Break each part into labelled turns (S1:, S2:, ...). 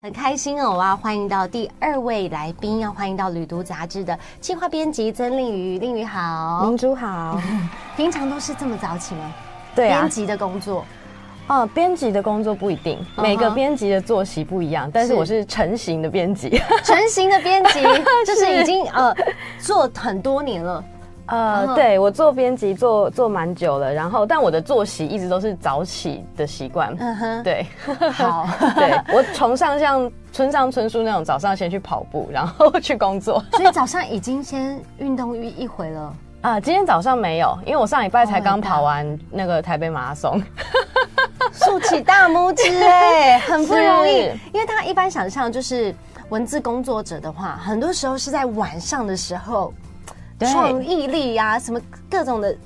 S1: 很开心哦！我要欢迎到第二位来宾，要欢迎到《旅读》杂志的企划编辑曾令瑜，令瑜好。
S2: 明 珠好，
S1: 平常都是这么早起吗？
S2: 对啊
S1: 编，辑的工作
S2: 呃，编辑的工作不一定，
S1: 哼
S2: 每个编辑的作息不一样，但是
S1: 是
S2: 我是成型的编 辑，
S1: 成型的编 辑，就是已经呃做很多年了。
S2: 呃
S1: 嗯，
S2: 对我做编辑做做蛮久了，然后但我的作息一直都是早起的习惯，
S1: 嗯哼，
S2: 对
S1: 好，
S2: 对，我崇尚像村上春树那种早上先去跑步，然后去 工作。
S1: 所以早上已经先运动一一回了。
S2: 啊、今天早上没有，因为我上礼拜才
S1: Oh my
S2: 刚
S1: God
S2: 跑完那个台北马拉松。
S1: 竖起大拇指哎、很不容易
S2: 是。
S1: 因为大家一般想象就是文字工作者的话，很多时候是在晚上的时候，
S2: 对
S1: 创意力呀、什么各种的，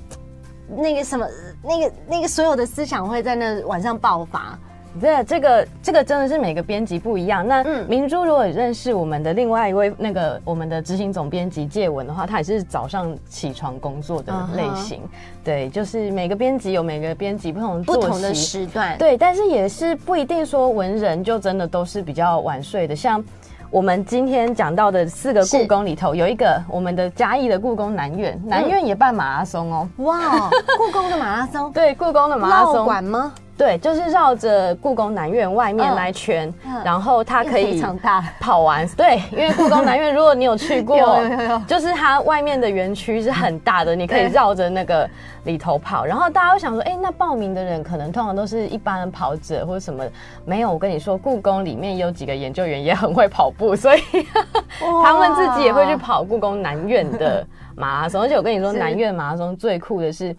S1: 那个什么那个那个所有的思想会在那晚上爆发。
S2: 对，这个这个真的是每个编辑不一样。那
S1: 嗯
S2: 明珠如果认识我们的另外一位那个我们的执行总编辑介文的话，他也是早上起床工作的
S1: 嗯哼
S2: 类型。对，就是每个编辑有每个编辑不同的
S1: 不
S2: 作
S1: 同的
S2: 息
S1: 时段，
S2: 对，但是也是不一定说文人就真的都是比较晚睡的，像。我们今天讲到的四个
S1: 是
S2: 故宫里头，有一个我们的嘉义的故宫南苑，南
S1: 嗯
S2: 苑也办马拉松哦。
S1: 哇，故宫的马拉松，
S2: 对，故宫的马拉
S1: 绕
S2: 松，
S1: 馆吗？
S2: 对，就是绕着故宫南苑外面
S1: 嗯
S2: 那一圈，
S1: 嗯
S2: 然后它可
S1: 非
S2: 以
S1: 常大，
S2: 跑完。对，因为故宫南苑，如果你有去过，
S1: 有有有有
S2: 就是它外面的园区是很大的，你可以
S1: 对
S2: 绕着那个里头跑。然后大家会想说，哎、那报名的人可能通常都是一般的跑者或者什么？没有，我跟你说，故宫里面有几个研究员也很会跑步，所以 他们自己也会去跑故宫南苑 的马拉松。而且我跟你说，
S1: 是
S2: 南苑马拉松最酷的是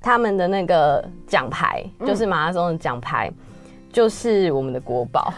S2: 他们的那个奖牌，
S1: 嗯
S2: 就是马拉松的奖牌。就是我们的国宝，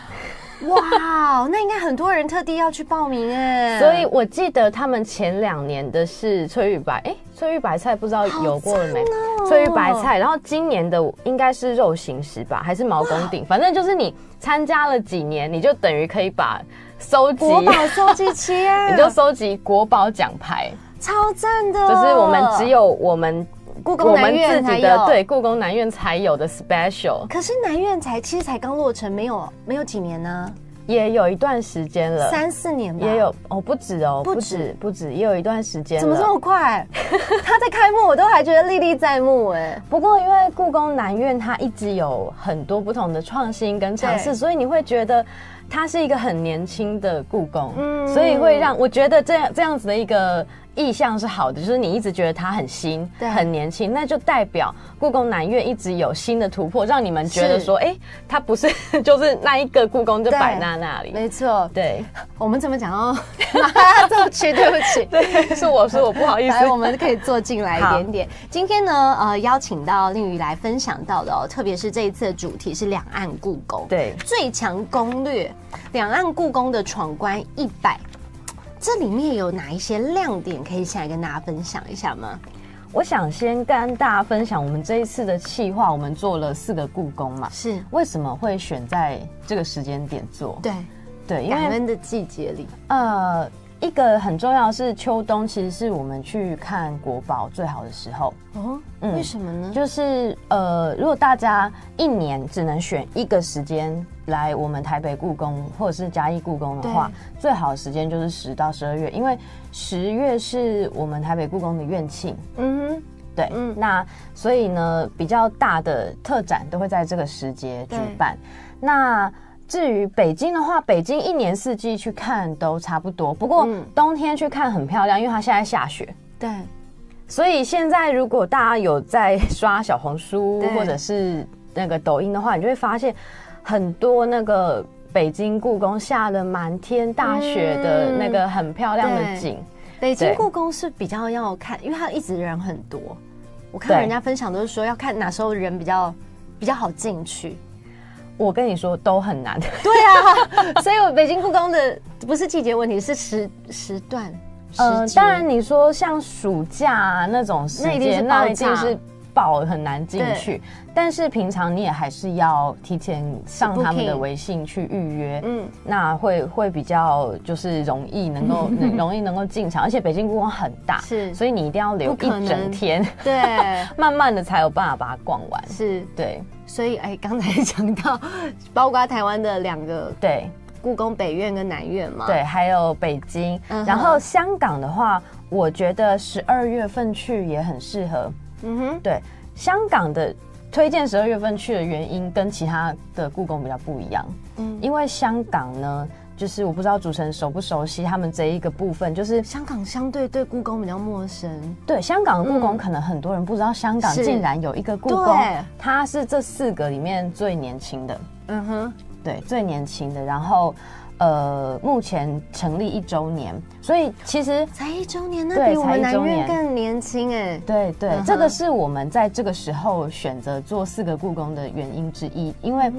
S1: 哇，那应该很多人特地要去报名哎，
S2: 所以我记得他们前两年的是翠玉白，哎、翠玉白菜不知道有过了没？
S1: 哦
S2: 翠玉白菜，然后今年的应该是肉形石吧，还是毛公鼎？反正就是你参加了几年，你就等于可以把收集，
S1: 国宝收集期耶，
S2: 你就收集国宝奖牌，
S1: 超赞的，
S2: 就是我们只有我们
S1: 故宫
S2: 我们
S1: 南
S2: 自
S1: 院才
S2: 己
S1: 有
S2: 的对。故宫南院才有的 special，
S1: 可是南院才其实才刚落成，没有没有几年呢、
S2: 也有一段时间了，
S1: 三四年吧。
S2: 也有哦，不止哦，
S1: 不
S2: 不止不止，也有一段时间了，
S1: 怎么这么快？ 它在开幕，我都还觉得历历在目哎。
S2: 不过，因为故宫南院它一直有很多不同的创新跟尝
S1: 对
S2: 试，所以你会觉得它是一个很年轻的故宫，
S1: 嗯
S2: 所以会让我觉得这样这样子的一个意向是好的，就是你一直觉得它很新、
S1: 对
S2: 很年轻，那就代表故宫南院一直有新的突破，让你们觉得
S1: 是
S2: 说，哎，它不是 就是那一个故宫就
S1: 对
S2: 摆在那里，
S1: 没错，
S2: 对
S1: 我们怎么讲哦？ 马拉松区，对不 起。
S2: 对，是我是我不好意思
S1: 来，，我们可以坐进来一点点。今天呢，呃，邀请到令宇来分享到的哦，特别是这一次的主题是两岸故宫。
S2: 对。
S1: 最强攻略，两岸故宫的闯关一百，这里面有哪一些亮点可以先来跟大家分享一下吗？
S2: 我想先跟大家分享我们这一次的企划，我们做了四个故宫嘛，
S1: 是
S2: 为什么会选在这个时间点做？
S1: 对，
S2: 对，因
S1: 感
S2: 为
S1: 恩的季节里，
S2: 呃，一个很重要的是秋冬，其实是我们去看国宝最好的时候。
S1: 哦，
S2: 嗯
S1: 为什么呢？
S2: 就是呃，如果大家一年只能选一个时间来我们台北故宫或者是嘉义故宫的话，最好的时间就是十到十二月，因为十月是我们台北故宫的院庆。
S1: 嗯
S2: 对，
S1: 嗯
S2: 那所以呢，比较大的特展都会在这个时节举办。那至于北京的话，北京一年四季去看都差不多，不过
S1: 嗯
S2: 冬天去看很漂亮，因为它现在下雪。
S1: 对，
S2: 所以现在如果大家有在刷小红书
S1: 对
S2: 或者是那个抖音的话，你就会发现很多那个北京故宫下了满天大雪的
S1: 嗯
S2: 那个很漂亮的
S1: 对
S2: 景。
S1: 北京
S2: 对
S1: 故宫是比较要看，因为它一直人很多。我看
S2: 对
S1: 人家分享都是说要看哪时候人比较比较好进 去。
S2: 我跟你说都很难，
S1: 对啊，所以我北京故宫的不是季节问题，是时时段。时
S2: 呃，
S1: 节
S2: 当然你说像暑假、啊、那种时
S1: 那一定是
S2: 间，
S1: 爆
S2: 那一定
S1: 炸
S2: 是爆很难进去。但是平常你也还是要提前上他们
S1: Booking
S2: 的微信去预约，
S1: 嗯，
S2: 那会会比较就是容易能 够能容易能够进场，而且北京故宫很大，
S1: 是
S2: 所以你一定要留
S1: 不可
S2: 一整
S1: 能
S2: 天，
S1: 对，
S2: 慢慢的才有办法把它逛完。
S1: 是。
S2: 对
S1: 所以，哎，刚才讲到，包括台湾的两个
S2: 对，
S1: 故宫北院跟南院嘛。
S2: 对，还有北京，
S1: 啊嗯哼
S2: 然后香港的话，我觉得十二月份去也很适合。
S1: 嗯哼，
S2: 对，香港的推荐十二月份去的原因跟其他的故宫比较不一样，
S1: 嗯
S2: 因为香港呢，就是我不知道主持人熟不熟悉他们这一个部分，就是
S1: 香港相对对故宫比较陌生。
S2: 对香港的故宫，
S1: 嗯
S2: 可能很多人不知道香港
S1: 是
S2: 竟然有一个故宫
S1: 对，
S2: 它是这四个里面最年轻的，
S1: 嗯哼，
S2: 对，最年轻的，然后。呃，目前成立一周年，所以其实
S1: 才一周年，那
S2: 对
S1: 比我们
S2: 才一
S1: 南
S2: 周
S1: 院
S2: 年
S1: 更年轻哎。
S2: 对对，
S1: 嗯哼
S2: 这个是我们在这个时候选择做四个故宫的原因之一，因
S1: 嗯
S2: 为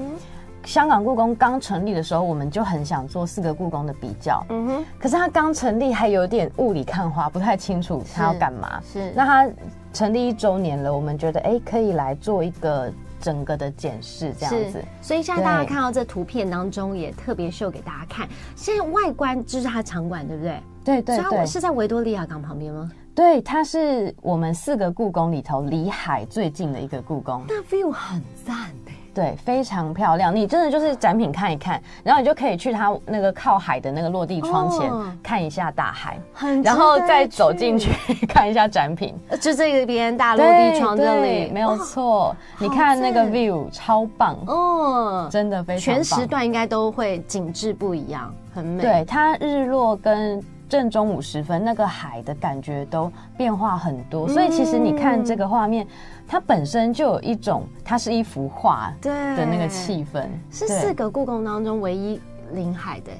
S2: 香港故宫刚成立的时候，我们就很想做四个故宫的比较，
S1: 嗯哼，
S2: 可是它刚成立还有点雾里看花，不太清楚它要干嘛。
S1: 是
S2: 那它成立一周年了，我们觉得哎，诶可以来做一个整个的检视，这样子
S1: 是。，所以现在大家
S2: 对
S1: 看到这图片当中，也特别秀给大家看。现在外观就是它场馆，对不对？
S2: 对对
S1: 所以它
S2: 对，
S1: 是在维多利亚港旁边吗？
S2: 对，它是我们四个故宫里头离海最近的一个故宫。
S1: 那 view 很赞的。
S2: 对，非常漂亮。你真的就是展品看一看，然后你就可以去它那个靠海的那个落地窗前、
S1: 哦
S2: 看一下大海，
S1: 很值得
S2: 然后再走进去看一下展品。
S1: 呃 就这边大落地窗这
S2: 对
S1: 里，哦
S2: 没有
S1: 哇。
S2: 错。你看那个
S1: 赞
S2: view 超棒，
S1: 哦，
S2: 真的非常
S1: 全
S2: 棒。
S1: 时段应该都会景致不一样，很美。
S2: 欸对它日落跟正中午时分，那个海的感觉都变化很多，所以其实你看这个画面，它本身就有一种它是一幅画
S1: 对
S2: 的那个气氛，
S1: 是
S2: 对
S1: 四个故宫当中唯一临海的，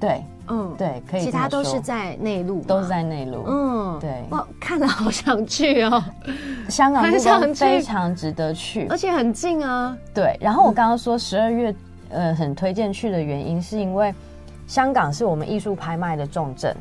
S2: 对
S1: 嗯，，
S2: 对，可以
S1: 其
S2: 这么
S1: 他都是
S2: 说
S1: 在内陆嘛，
S2: 都是在内陆。
S1: 嗯，
S2: 对
S1: 哇，看了好想去哦，
S2: 香港
S1: 很
S2: 故
S1: 想去
S2: 宫非常值得去
S1: 而。且很近啊，
S2: 对，然后我刚刚说十二月，呃，很推荐去的原因是因为香港是我们艺术拍卖的重镇，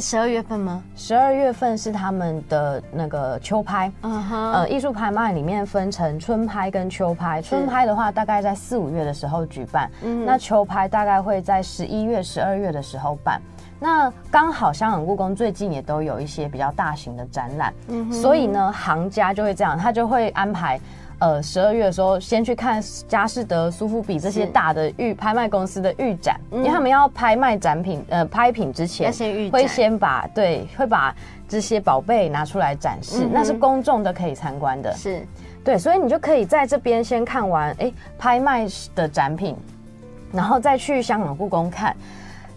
S1: 十二月份吗？
S2: 十二月份是他们的那个秋拍。
S1: 嗯哼，
S2: 呃，艺术拍卖里面分成春拍跟秋拍，春拍的话大概在四五月的时候举办，
S1: 嗯
S2: 那秋拍大概会在十一月、十二月的时候办。那刚好香港故宫最近也都有一些比较大型的展览，
S1: 嗯哼
S2: 所以呢，行家就会这样，他就会安排。呃，十二月的时候，先去看佳士得、苏富比这些
S1: 是
S2: 大的预拍卖公司的预展，因为
S1: 嗯
S2: 他们要拍卖展品，呃，拍品之前
S1: 要先预
S2: 会
S1: 展
S2: 先把对，会把这些宝贝拿出来展示，
S1: 嗯
S2: 那是
S1: 哼
S2: 公众都可以参观的。
S1: 是
S2: 对，所以你就可以在这边先看完哎、诶拍卖的展品，然后再去香港故宫看。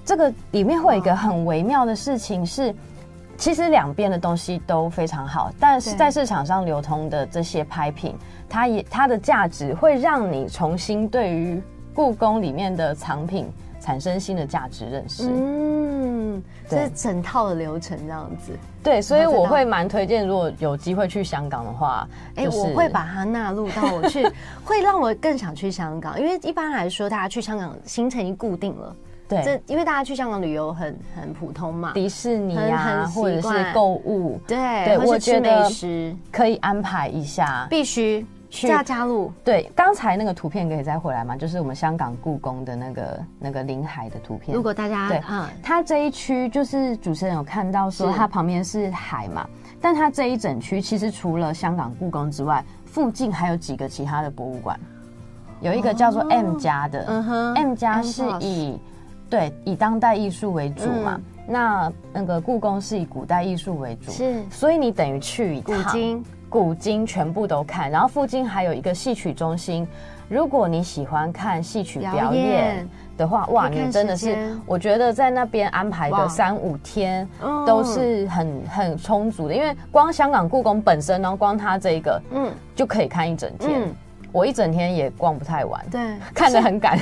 S2: 这个里面会有一个很微妙的事情是，其实两边的东西都非常好，但是
S1: 对
S2: 在市场上流通的这些拍品，它也它的价值会让你重新对于故宫里面的藏品产生新的价值认识。
S1: 嗯，这
S2: 对
S1: 是整套的流程这样子。
S2: 对，所以
S1: 我知
S2: 我
S1: 道
S2: 会蛮推荐，如果有机会去香港的话，
S1: 哎、
S2: 就是
S1: 我会把它纳入到我 去，会让我更想去香港，因为一般来说，大家去香港行程已经固定了。
S2: 对
S1: 这因为大家去香港旅游很很普通嘛，
S2: 迪士尼
S1: 很很
S2: 啊，
S1: 习
S2: 或者
S1: 惯
S2: 是购物，
S1: 对，
S2: 对
S1: 或是
S2: 我
S1: 吃
S2: 觉得
S1: 美食
S2: 可以安排一下。
S1: 必须
S2: 去
S1: 大加入，
S2: 对，刚才那个图片可以再回来吗？就是我们香港故宫的那个那个临海的图片。
S1: 如果大家
S2: 对
S1: 啊、
S2: 它这一区就是主持人有看到说
S1: 是
S2: 它旁边是海嘛，但它这一整区其实除了香港故宫之外，附近还有几个其他的博物馆，有一个叫做
S1: 哦
S2: M 家的，
S1: 嗯哼
S2: M 家
S1: M
S2: 是
S1: plus
S2: 以对以当代艺术为主嘛，
S1: 嗯
S2: 那那个故宫是以古代艺术为主，
S1: 是
S2: 所以你等于去一
S1: 古
S2: 趟
S1: 今
S2: 古今全部都看，然后附近还有一个戏曲中心。如果你喜欢看戏曲
S1: 表
S2: 表
S1: 演
S2: 演的话，哇，
S1: 可以看
S2: 你真的
S1: 时
S2: 是
S1: 间，
S2: 我觉得在那边安排
S1: 哇
S2: 个三五天
S1: 嗯
S2: 都是很很充足的，因为光香港故宫本身呢，光它这一个
S1: 嗯
S2: 就可以看一整天
S1: 嗯，，
S2: 我一整天也逛不太完，
S1: 对，
S2: 看得很 赶，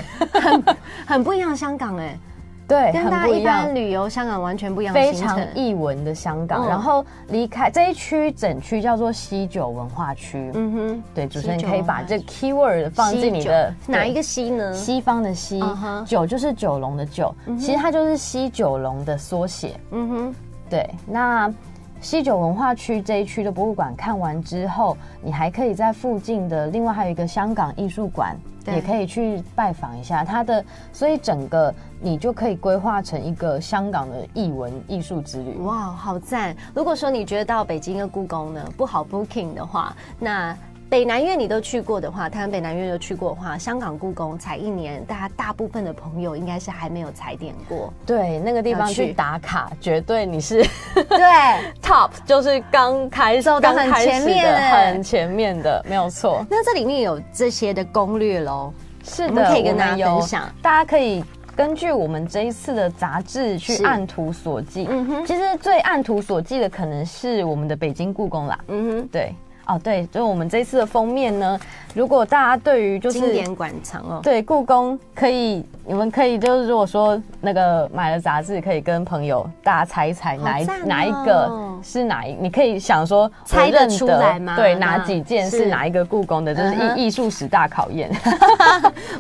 S1: 很不一样香港哎、
S2: 对，
S1: 跟大
S2: 很
S1: 家
S2: 不一
S1: 一
S2: 样
S1: 般。旅游香港完全不一样的
S2: 非
S1: 行程，
S2: 常异文的香港，
S1: 嗯
S2: 然后离开这一区，整区叫做西九文化区。
S1: 嗯哼，
S2: 对，主持人
S1: 西九
S2: 可以把这 keyword 放进你的
S1: 西九哪一个西呢？
S2: 对西方的西
S1: 嗯哼
S2: 九就是九龙的九，其实它就是西九龙的缩写。
S1: 嗯哼，
S2: 对，那西九文化区这一区的博物馆看完之后，你还可以在附近的另外还有一个香港艺术馆，
S1: 对
S2: 也可以去拜访一下它的，所以整个你就可以规划成一个香港的艺文艺术之旅。
S1: 哇，好赞！如果说你觉得到北京的故宫呢不好 booking 的话，那。北南院你都去过的话，台湾北南院都去过的话，香港故宫踩一年，大家大部分的朋友应该是还没有踩点 过。
S2: 对，那个地方
S1: 要去
S2: 去打卡，绝对你是
S1: 对，
S2: top，就是刚开
S1: 走得
S2: 始，刚
S1: 很
S2: 开
S1: 前
S2: 始
S1: 面
S2: 的，
S1: 欸
S2: 很前面的，没有错。
S1: 那这里面有这些的攻略喽。
S2: 是
S1: 我们
S2: 的，
S1: 可以跟
S2: 我
S1: 大家
S2: 们有
S1: 分享，
S2: 大家可以。根据我们这一次的杂志
S1: 是
S2: 去按图索骥，
S1: 嗯哼
S2: 其实最按图索骥的可能是我们的北京故宫啦。
S1: 嗯
S2: 对，哦对，就是我们这一次的封面呢，如果大家对于就
S1: 哼，经
S2: 是
S1: 典馆藏哦。
S2: 对故宫可以，你们可以就是如果说那个买了杂志，可以跟朋友大家猜一猜
S1: 好
S2: 哪一、
S1: 赞哦
S2: 哪一个是哪一，你可以想说
S1: 猜得
S2: 我认
S1: 出来吗
S2: 对，
S1: 那
S2: 哪几件是
S1: 是
S2: 哪一个故宫的，就是
S1: 嗯哼
S2: 艺艺术史大考 验。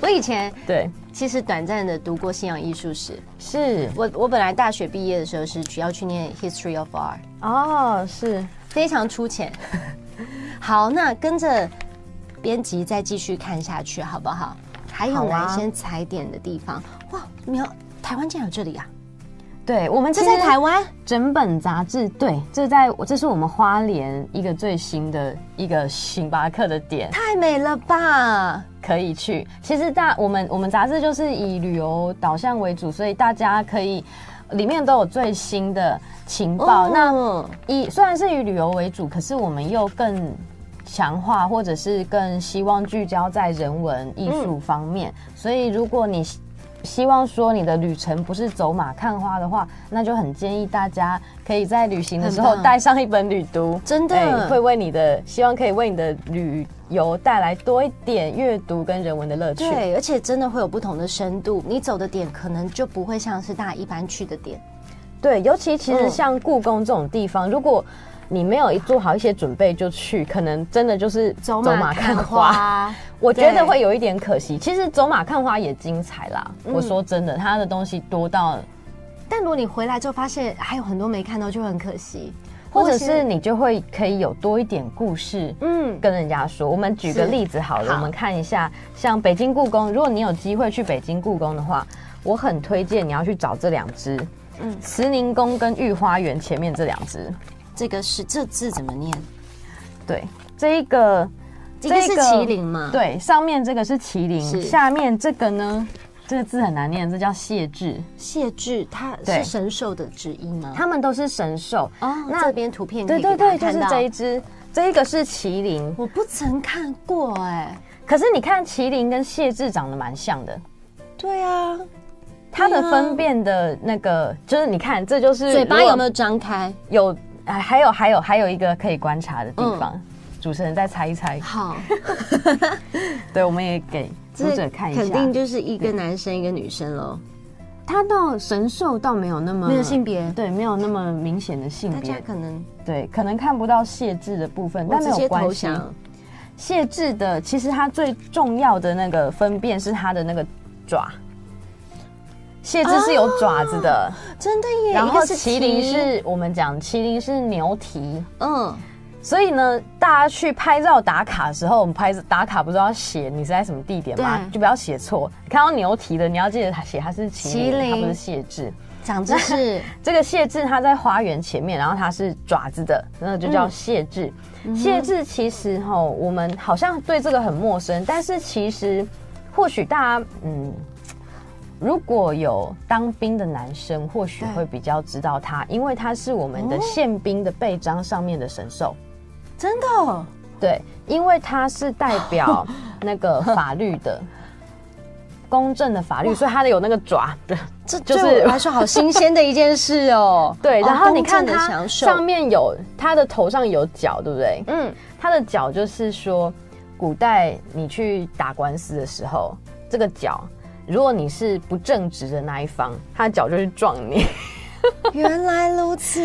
S1: 我以前
S2: 对，
S1: 其实短暂的读过西洋艺术史，
S2: 是
S1: 我我本来大学毕业的时候是主要去念 History of Art，
S2: 哦，是
S1: 非常粗 浅。好，那跟着编辑再继续看下去，好不好？还有
S2: 好啊
S1: 哪一些踩点的地方？哇，苗台湾竟然有这里啊！
S2: 对，我们
S1: 这
S2: 其
S1: 在
S2: 实
S1: 台湾
S2: 整本杂志，对，这在这是我们花莲一个最新的一个星巴克的点。
S1: 太美了吧！
S2: 可以去。其实大我们我们杂志就是以旅游导向为主，所以大家可以里面都有最新的情
S1: 哦
S2: 报。那
S1: 那
S2: 以虽然是以旅游为主，可是我们又更强化，或者是更希望聚焦在人文艺术方面。
S1: 嗯
S2: 所以如果你希希望说你的旅程不是走马看花的话，那就很建议大家可以在旅行的时候
S1: 很棒
S2: 带上一本旅读，
S1: 真的
S2: 哎会为你的希望可以为你的旅游带来多一点阅读跟人文的乐趣。
S1: 对，而且真的会有不同的深度，你走的点可能就不会像是大家一般去的点。
S2: 对，尤其其实
S1: 嗯
S2: 像故宫这种地方，如果你没有做好一些准备就去，可能真的就是
S1: 走马看花，
S2: 我觉
S1: 对
S2: 得会有一点可惜。其实走马看花也精彩啦，我说真的，它的东西多到，
S1: 但如果你回来之后发现还有很多没看到，就会很可惜。
S2: 或者是你就会可以有多一点故事。
S1: 嗯，
S2: 跟人家说，我们举个
S1: 是
S2: 例子好了，
S1: 好
S2: 我们看一下，像北京故宫，如果你有机会去北京故宫的话，我很推荐你要去找这两只，
S1: 嗯
S2: 嗯，慈宁宫跟御花园前面这两只，
S1: 这个是这字怎么念？
S2: 对，这一个，
S1: 这个是
S2: 这个
S1: 麒麟嘛？，
S2: 对，上面这个是麒麟，
S1: 是
S2: 下面这个呢，这个字很难念，这叫谢志，
S1: 谢志它是
S2: 对
S1: 神兽的之一吗？
S2: 它们都是神兽，
S1: 哦，
S2: 那
S1: 这边图片可
S2: 对
S1: 以给
S2: 对
S1: 大家
S2: 对，就
S1: 看
S2: 是
S1: 到。
S2: 这一只，这一个是麒麟，
S1: 我不曾看过哎、
S2: 可是你看麒麟跟谢志长得蛮像的，
S1: 对啊，
S2: 它的
S1: 对啊
S2: 分辨的那个就是你看，这就是
S1: 嘴巴
S2: 如果
S1: 有没有张开？
S2: 有？哎，还有还有还有一个可以观察的地方，主持人再猜一猜，
S1: 嗯好，
S2: 对，我们也给读者看一
S1: 肯定
S2: 下，
S1: 就是一个男生一个女生喽，
S2: 它到神兽倒没有那么
S1: 没有性别，
S2: 对，没有那么明显的性
S1: 大家
S2: 别，
S1: 可能
S2: 对，可能看不到谢志的部分，
S1: 我
S2: 但
S1: 直
S2: 没有
S1: 接投
S2: 关系。
S1: 降。
S2: 谢志的其实它最重要的那个分辨是它的那个爪，谢志是有爪子的，
S1: 真的耶，
S2: 然
S1: 哦一
S2: 后
S1: 个是
S2: 麒麟是我们讲麒麟是牛蹄。
S1: 嗯，
S2: 所以呢，大家去拍照打卡的时候，我们拍打卡不是要写你是在什么地点吗
S1: 对？
S2: 就不要写错。看到牛蹄的，你要记得它写它是麒麟，
S1: 麒麟
S2: 它不是谢志。
S1: 长知 识，
S2: 这个谢志它在花园前面，然后它是爪子的，那就叫谢志。谢志其实哈，我们好像对这个很陌生，但是其实或许大家嗯。如果有当兵的男生，或许
S1: 对
S2: 会比较知道它，因为它是我们的
S1: 哦
S2: 宪兵的背章上面的神兽。
S1: 真的哦
S2: 对，因为它是代表那个法律的公正的法律，所以它有那个爪的。
S1: 这
S2: 就
S1: 对
S2: 是。
S1: 我来说好新鲜的一件事哦
S2: 对，然
S1: 哦
S2: 后你
S1: 公正
S2: 看
S1: 的
S2: 它
S1: 享受
S2: 上面有它的头上有角，对不对？
S1: 嗯，
S2: 它的角就是说，古代你去打官司的时候，这个角。如果你是不正直的那一方，它的脚就去撞 你。
S1: 原来如此。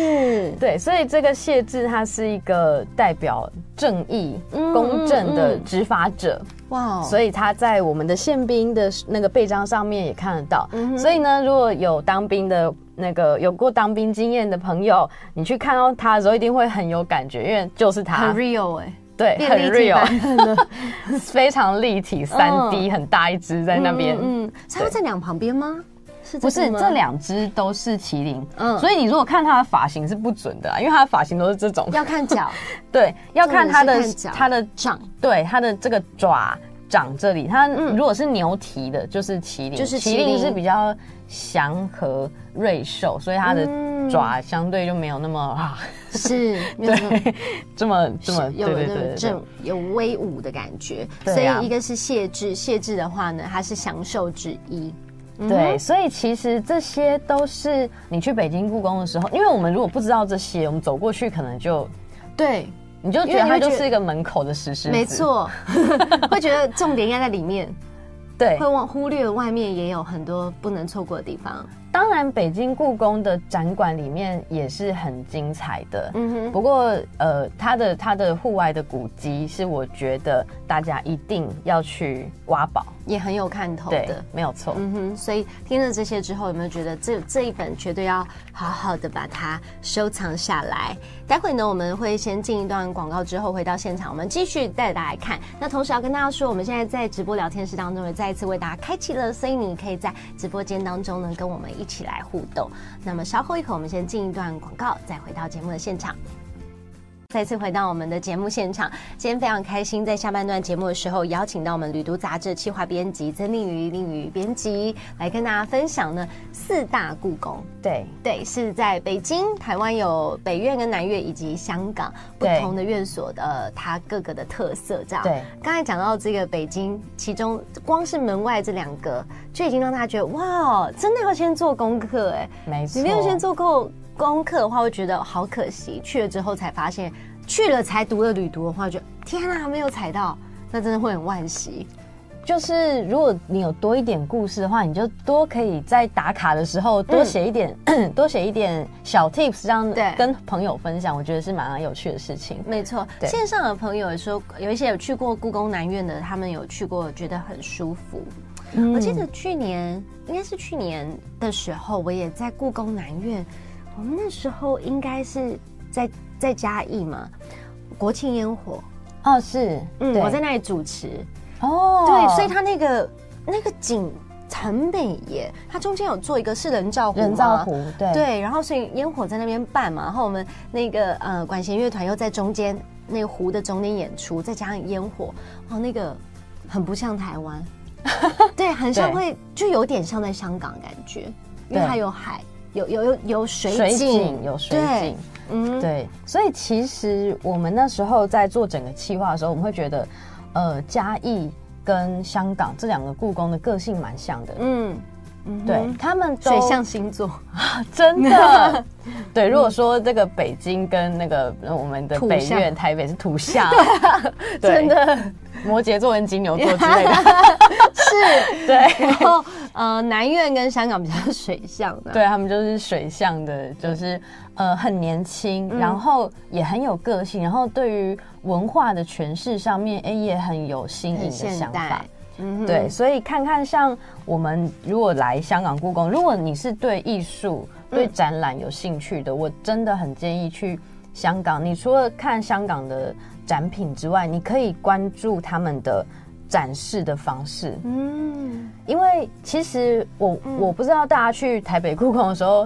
S2: 对，所以这个谢志他是一个代表正义、
S1: 嗯
S2: 公正
S1: 嗯
S2: 的
S1: 嗯
S2: 执法者。
S1: 哇哦，
S2: 所以他在我们的宪兵的那个背章上面也看得到。
S1: 嗯
S2: 所以呢，如果有当兵的那个有过当兵经验的朋友，你去看到他的时候，一定会很有感觉，因为就是他
S1: 很，real 哎、
S2: 对，
S1: 变
S2: 很
S1: 立体
S2: real，非常立体，三 D，很大一只在那边。
S1: 嗯嗯，嗯它会在两旁边吗？是
S2: 不是
S1: 个吗
S2: 这两只都是麒麟，
S1: 嗯
S2: 所以你如果看它的发型是不准的啊，因为它的发型都是这种，
S1: 要看 脚
S2: 对，要看它的
S1: 重点是看脚
S2: 它的
S1: 掌，
S2: 对它的这个爪掌这里，它如果是牛蹄的，就是麒麟，
S1: 嗯就是
S2: 麒
S1: 麒麟
S2: 麟是比较祥和瑞兽，所以它的
S1: 嗯
S2: 爪相对就没有那么 啊
S1: 是没有什么
S2: 这么这么
S1: 是有
S2: 对对
S1: 那
S2: 对
S1: 种
S2: 对对
S1: 正有威武的感觉。所
S2: 对啊
S1: 以一个是谢志，谢志的话呢，它是享受之一。嗯
S2: 对，所以其实这些都是你去北京故宫的时候，因为我们如果不知道这些，我们走过去可能就
S1: 对，
S2: 你就觉
S1: 因为
S2: 得
S1: 你
S2: 它
S1: 会觉
S2: 就
S1: 得
S2: 是一个门口的石狮子，
S1: 没，错， 会觉得重点应该在里面，
S2: 对
S1: 会。忘忽略外面也有很多不能错过的地方。
S2: 当然，北京故宫的展馆里面也是很精彩的，
S1: 嗯哼，
S2: 不过，呃，它的它的户外的古迹是我觉得大家一定要去挖宝，
S1: 也很有看头
S2: 对
S1: 的。，
S2: 没有错。
S1: 嗯哼，所以听了这些之后，有没有觉得这这一本绝对要好好的把它收藏下来？待会呢，我们会先进一段广告，之后回到现场，我们继续带大家看。那同时要跟大家说，我们现在在直播聊天室当中也再一次为大家开启了，所以你可以在直播间当中呢跟我们一起来互动。那么稍后一会儿，我们先进一段广告，再回到节目的现场。再次回到我们的节目现场，今天非常开心，在下半段节目的时候，邀请到我们《旅读》杂志企划编辑曾丽瑜、丽瑜编辑来跟大家分享呢四大故宫。
S2: 对，
S1: 对，是在北京、台湾有北院跟南院以及香港不
S2: 对
S1: 同的院所的呃它各个的特色，这样。
S2: 对。
S1: 刚才讲到这个北京，其中光是门外这两个就已经让大家觉得哇，真的要先做功课哎、
S2: 没错。
S1: 你没有先做够功课的话，会觉得好可惜。去了之后才发现，去了才读了旅读的话，就天啊，没有踩到，那真的会很惋惜。
S2: 就是如果你有多一点故事的话，你就多可以在打卡的时候多写一点， 多写一点小 tips，这样
S1: 对
S2: 跟朋友分享，我觉得是蛮有趣的事情。
S1: 没错，
S2: 对
S1: 线上的朋友也说，有一些有去过故宫南院的，他们有去过，觉得很舒服。
S2: 嗯
S1: 我记得去年应该是去年的时候，我也在故宫南院，我们那时候应该是在在嘉义嘛，国庆烟火，
S2: 哦，是，
S1: 嗯，
S2: 对
S1: 我在那里主持，
S2: 哦，
S1: 对，所以它那个那个景很美耶，它中间有做一个是人造湖吗啊
S2: 人造。湖，对
S1: 对，然后所以烟火在那边办嘛，然后我们那个呃管弦乐团又在中间那个湖的中间演出，再加上烟火，哦，那个很不像台 湾，对，很像
S2: 对
S1: 会就有点像在香港感觉，因为
S2: 对
S1: 它有海，有有有有水
S2: 水
S1: 景
S2: 景，有水
S1: 对
S2: 景。
S1: 嗯，
S2: 对，所以其实我们那时候在做整个企划的时候，我们会觉得，呃，嘉义跟香港这两个故宫的个性蛮像的。
S1: 嗯嗯哼，
S2: 对他们都
S1: 水象星座，
S2: 真 的，对。
S1: 嗯
S2: 如果说这个北京跟那个呃我们的
S1: 土
S2: 北
S1: 象
S2: 院台北是土象， 对
S1: 真的
S2: 摩羯座跟金牛座之类的，
S1: 是
S2: 对
S1: 然后呃，南院跟香港比较水象啊的，
S2: 对，他们就是水象的，就是呃很年轻，
S1: 嗯
S2: 然后也很有个性，然后对于文化的诠释上面，哎也很有新颖
S1: 很
S2: 的
S1: 现
S2: 想法
S1: 代。，嗯哼
S2: 对，所以看看像我们如果来香港故宫，如果你是对艺术、
S1: 嗯
S2: 对展览有兴趣的，我真的很建议去香港。你除了看香港的展品之外，你可以关注他们的展示的方式，
S1: 嗯，
S2: 因为其实我、我不知道大家去台北故宫的时候，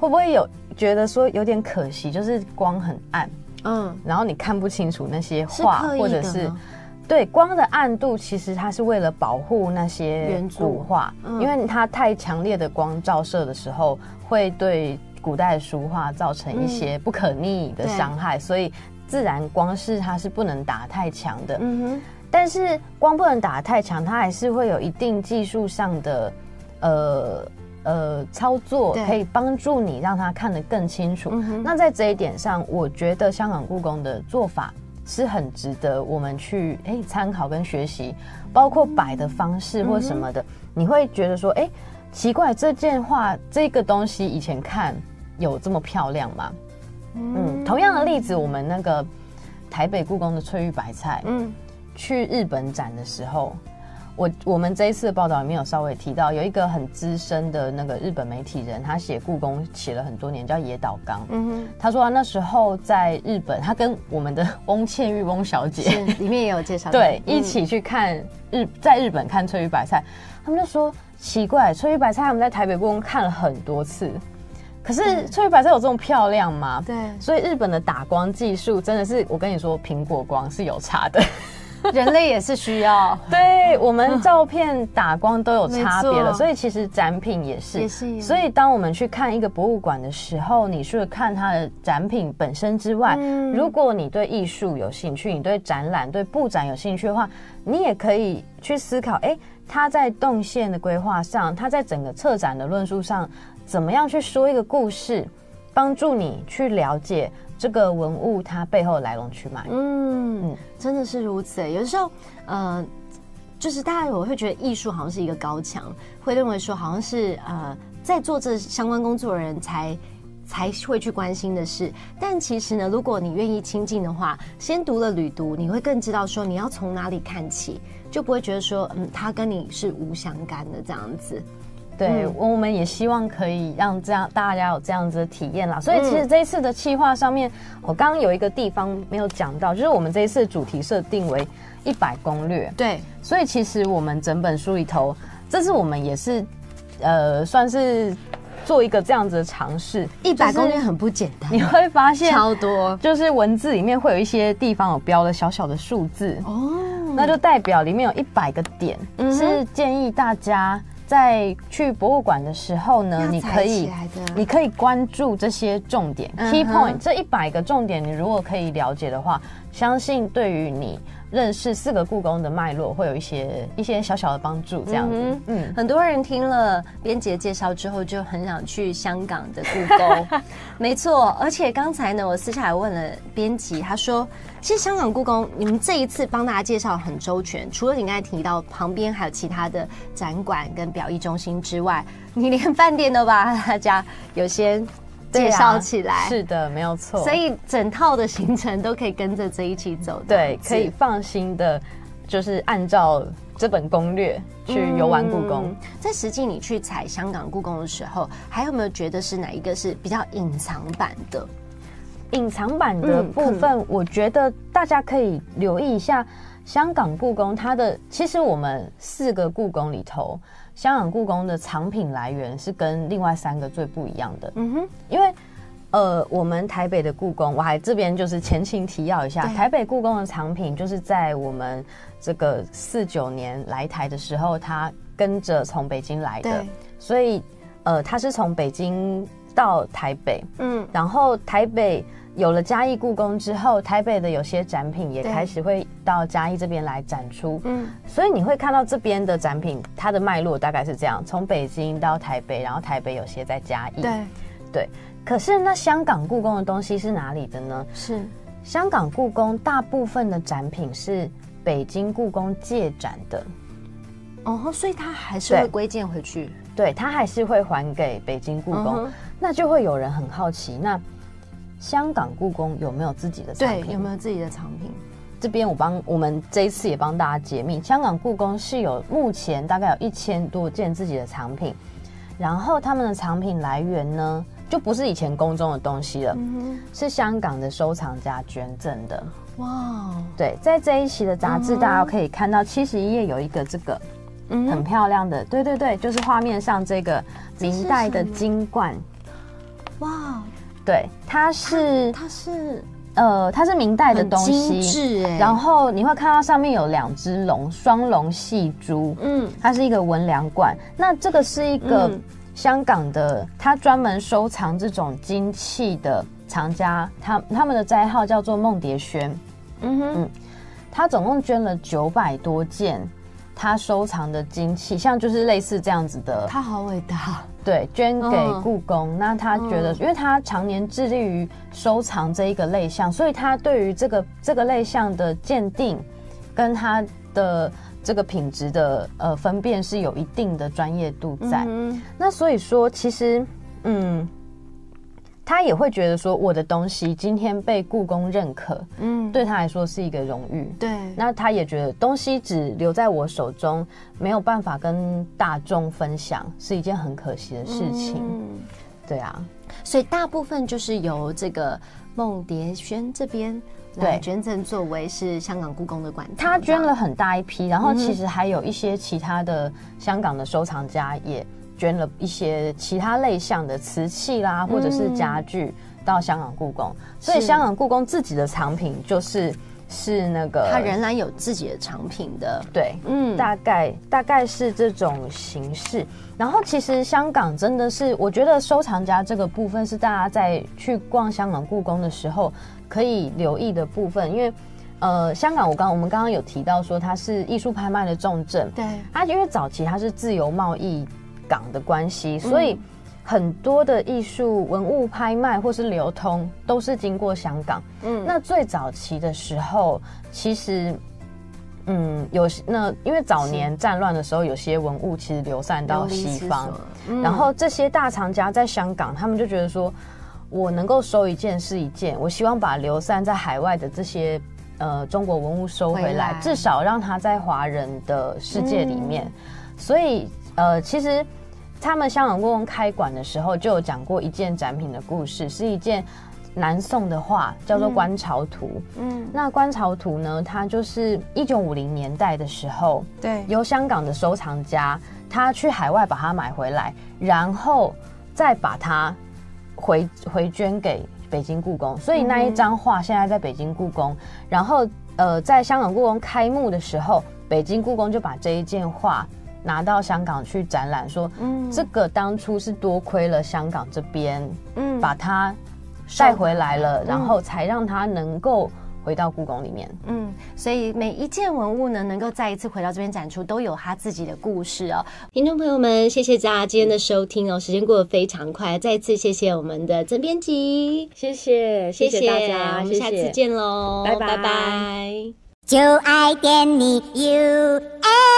S2: 会不会有觉得说有点可惜，就是光很暗，
S1: 嗯，
S2: 然后你看不清楚那些
S1: 是
S2: 画
S1: 刻意
S2: 或者
S1: 的
S2: 是
S1: 吗。
S2: 对光的暗度，其实它是为了保护那些
S1: 原著
S2: 古画，
S1: 嗯
S2: 因为它太强烈的光照射的时候，会对古代书画造成一
S1: 嗯
S2: 些不可逆的伤害，所以自然光是它是不能打太强的。
S1: 嗯
S2: 但是光不能打太强，它还是会有一定技术上的，呃。呃，操作
S1: 对
S2: 可以帮助你让它看得更清楚。
S1: 嗯哼
S2: 那在这一点上，我觉得香港故宫的做法是很值得我们去诶参考跟学习，包括摆的方式或什
S1: 嗯
S2: 么的，你会觉得说，诶，奇怪，这件画这个东西以前看有这么漂亮吗？嗯，同样的例子，我们那个台北故宫的翠玉白菜，
S1: 嗯
S2: 去日本展的时候，我我们这一次的报道里面有稍微提到，有一个很资深的那个日本媒体人，他写故宫写了很多年，叫野岛刚。
S1: 嗯哼，
S2: 他说他啊那时候在日本，他跟我们的翁倩玉翁小姐
S1: 是里面也有介绍，
S2: 对
S1: 嗯
S2: 一起去看日，在日本看翠玉白菜，他们就说奇怪，翠玉白菜他们在台北故宫看了很多次，
S1: 嗯
S2: 可是翠玉白菜有这么漂亮吗？
S1: 对
S2: 所以日本的打光技术真的是，我跟你说，苹果光是有差的。
S1: 人类也是需要，
S2: 对我们照片打光都有差 别
S1: 没错
S2: 了，所以其实展品也是。
S1: 也是一样
S2: 所以当我们去看一个博物馆的时候，你除了看它的展品本身之外，
S1: 嗯
S2: 如果你对艺术有兴趣，你对展览、对布展有兴趣的话，你也可以去思考，哎，它在动线的规划上，它在整个策展的论述上，怎么样去说一个故事，帮助你去了解这个文物它背后的来龙去脉。
S1: 嗯
S2: 嗯，
S1: 真的是如此欸。有的时候，呃，就是大家我会觉得艺术好像是一个高墙，会认为说好像是呃在做这相关工作的人才。才会去关心的事，但其实呢，如果你愿意亲近的话，先读了旅读，你会更知道说你要从哪里看起，就不会觉得说，嗯，它跟你是无相干的这样子。
S2: 对，
S1: 嗯
S2: 我们也希望可以让这样大家有这样子的体验啦。所以其
S1: 嗯
S2: 实这一次的企划上面，我刚刚有一个地方没有讲到，就是我们这一次主题设定为一百攻略，
S1: 对，
S2: 所以其实我们整本书里头，这次我们也是呃算是做一个这样子的尝试，
S1: 一百
S2: 就
S1: 公
S2: 是
S1: 里很不简单，
S2: 你会发 现。
S1: 超多
S2: 就是文字里面会有一些地方有标了小小的数字，
S1: 哦。
S2: 那就代表里面有一百个点，
S1: 嗯哼
S2: 是建议大家在去博物馆的时候呢，
S1: 要
S2: 你可
S1: 踩起
S2: 以
S1: 来的
S2: 你可以关注这些重点、
S1: 嗯哼
S2: key point，这一百个重点，你如果可以了解的话，相信对于你认识四个故宫的脉络会有一些一些小小的帮助，这样子，
S1: 嗯
S2: 嗯。
S1: 很多人听了编辑的介绍之后，就很想去香港的故 宫。没错，而且刚才呢，我私下还问了编辑，他说，其实香港故宫，你们这一次帮大家介绍很周全，除了你刚才提到旁边还有其他的展馆跟表艺中心之外，你连饭店都把大家有些介绍起来，
S2: 啊是的，没有错。
S1: 所以整套的行程都可以跟着这一起走。
S2: 对，可以放心的，就是按照这本攻略去游玩故宫。
S1: 嗯在实际你去踩香港故宫的时候，还有没有觉得是哪一个是比较隐藏版的？
S2: 隐藏版的部分，我觉得大家可以留意一下香港故宫，它的其实我们四个故宫里头，香港故宫的藏品来源是跟另外三个最不一样的，
S1: 嗯哼，
S2: 因为。呃，我们台北的故宫，我还这边就是前情提要一下，
S1: 对
S2: 台北故宫的藏品就是在我们这个四九年来台的时候，它跟着从北京来的
S1: 对，
S2: 所以呃，它是从北京到台北，
S1: 嗯，
S2: 然后台北有了嘉义故宫之后，台北的有些展品也
S1: 对
S2: 开始会到嘉义这边来展出。
S1: 嗯，
S2: 所以你会看到这边的展品，它的脉络大概是这样：从北京到台北，然后台北有些在嘉义。
S1: 对，
S2: 对可是那香港故宫的东西是哪里的呢？
S1: 是
S2: 香港故宫大部分的展品是北京故宫借展的，
S1: 哦，所以它还是
S2: 对
S1: 会归建回去。
S2: 对，它还是会还给北京故宫。
S1: 嗯哼
S2: 那就会有人很好奇，那香港故宫有没有自己的藏
S1: 对，
S2: 品？
S1: 有没有自己的藏品？
S2: 这边我帮我们这一次也帮大家解密，香港故宫是有目前大概有一千多件自己的藏品，然后他们的藏品来源呢，就不是以前宫中的东西了，
S1: 嗯
S2: 是香港的收藏家捐赠的。
S1: 哼，哇哦，
S2: 对，在这一期的杂志，
S1: 嗯
S2: 大家可以看到七十一页有一个这个
S1: 嗯
S2: 很
S1: 哼，
S2: 漂亮的，对对对，就是画面上这个明代
S1: 这
S2: 的
S1: 是什么
S2: 金冠，
S1: 哇哦，
S2: 对，它是
S1: 它是
S2: 呃，它是明代的
S1: 嗯很
S2: 东
S1: 精
S2: 西，
S1: 致哎，
S2: 然后你会看到上面有两只龙，双龙戏珠，
S1: 嗯，
S2: 它是一个文良馆。那这个是一个
S1: 嗯
S2: 香港的，它专门收藏这种金器的藏家，他他们的斋号叫做梦蝶轩，
S1: 嗯哼，
S2: 他总共捐了九百多件。他收藏的金器，像就是类似这样子的，
S1: 它好伟大，
S2: 对，捐给
S1: 嗯
S2: 故宫。那他觉得，
S1: 嗯
S2: 因为他常年致力于收藏这一个类项，所以他对于这个这个类项的鉴定，跟他的这个品质的呃分辨是有一定的专业度在。
S1: 嗯
S2: 那所以说，其实嗯，他也会觉得说，我的东西今天被故宫认可，
S1: 嗯，
S2: 对他来说是一个荣誉。
S1: 对，
S2: 那他也觉得东西只留在我手中，没有办法跟大众分享，是一件很可惜的事情。
S1: 嗯
S2: 对啊，
S1: 所以大部分就是由这个梦蝶轩这边对
S2: 对，
S1: 捐赠作为是香港故宫的馆藏，
S2: 他捐
S1: 这
S2: 了
S1: 样，
S2: 很大一批，然后其实还有一些其他的香港的收藏家也捐了一些其他类项的瓷器啦，或者是家具到香港故宫，所以
S1: 嗯是
S2: 香港故宫自己的藏品就是是那个
S1: 他仍然有自己的藏品的，
S2: 对，
S1: 嗯，
S2: 大概大概是这种形式。然后其实香港真的是，我觉得收藏家这个部分是大家在去逛香港故宫的时候可以留意的部分，因为呃，香港我刚我们刚刚有提到说它是艺术拍卖的重镇，
S1: 对，
S2: 它因为早期它是自由贸易港的关系，所
S1: 嗯
S2: 以很多的艺术文物拍卖或是流通都是经过香港。
S1: 嗯，
S2: 那最早期的时候，其实。嗯，有些那因为早年战乱的时候，有些文物其实流散到
S1: 流离
S2: 西
S1: 失
S2: 方，
S1: 所，嗯
S2: 然后这些大藏家在香港，他们就觉得说，我能够收一件是一件，我希望把流散在海外的这些呃中国文物收回来，
S1: 回来
S2: 至少让它在华人的世界里面。
S1: 嗯
S2: 所以呃，其实他们香港故宫开馆的时候就有讲过一件展品的故事，是一件南宋的画，叫做《观潮图》。
S1: 嗯，
S2: 那《观潮图》呢，它就是一九五零年代的时候，
S1: 对，
S2: 由香港的收藏家，他去海外把它买回来，然后再把它回回捐给北京故宫。所以那
S1: 嗯
S2: 一张画现在在北京故宫，然后呃，在香港故宫开幕的时候，北京故宫就把这一件画。拿到香港去展览，说，
S1: 嗯
S2: 这个当初是多亏了香港这边
S1: 嗯
S2: 把它带回来了，然后才让它能够回到故宫里面。
S1: 嗯，所以每一件文物呢，能够再一次回到这边展出，都有它自己的故事哦。听众朋友们，谢谢大家今天的收听哦，时间过得非常快，再次谢谢我们的曾编辑，
S2: 谢谢，
S1: 我们下次见喽，
S2: 拜
S1: 拜
S2: 拜
S1: 拜
S3: 就爱点你 UFO。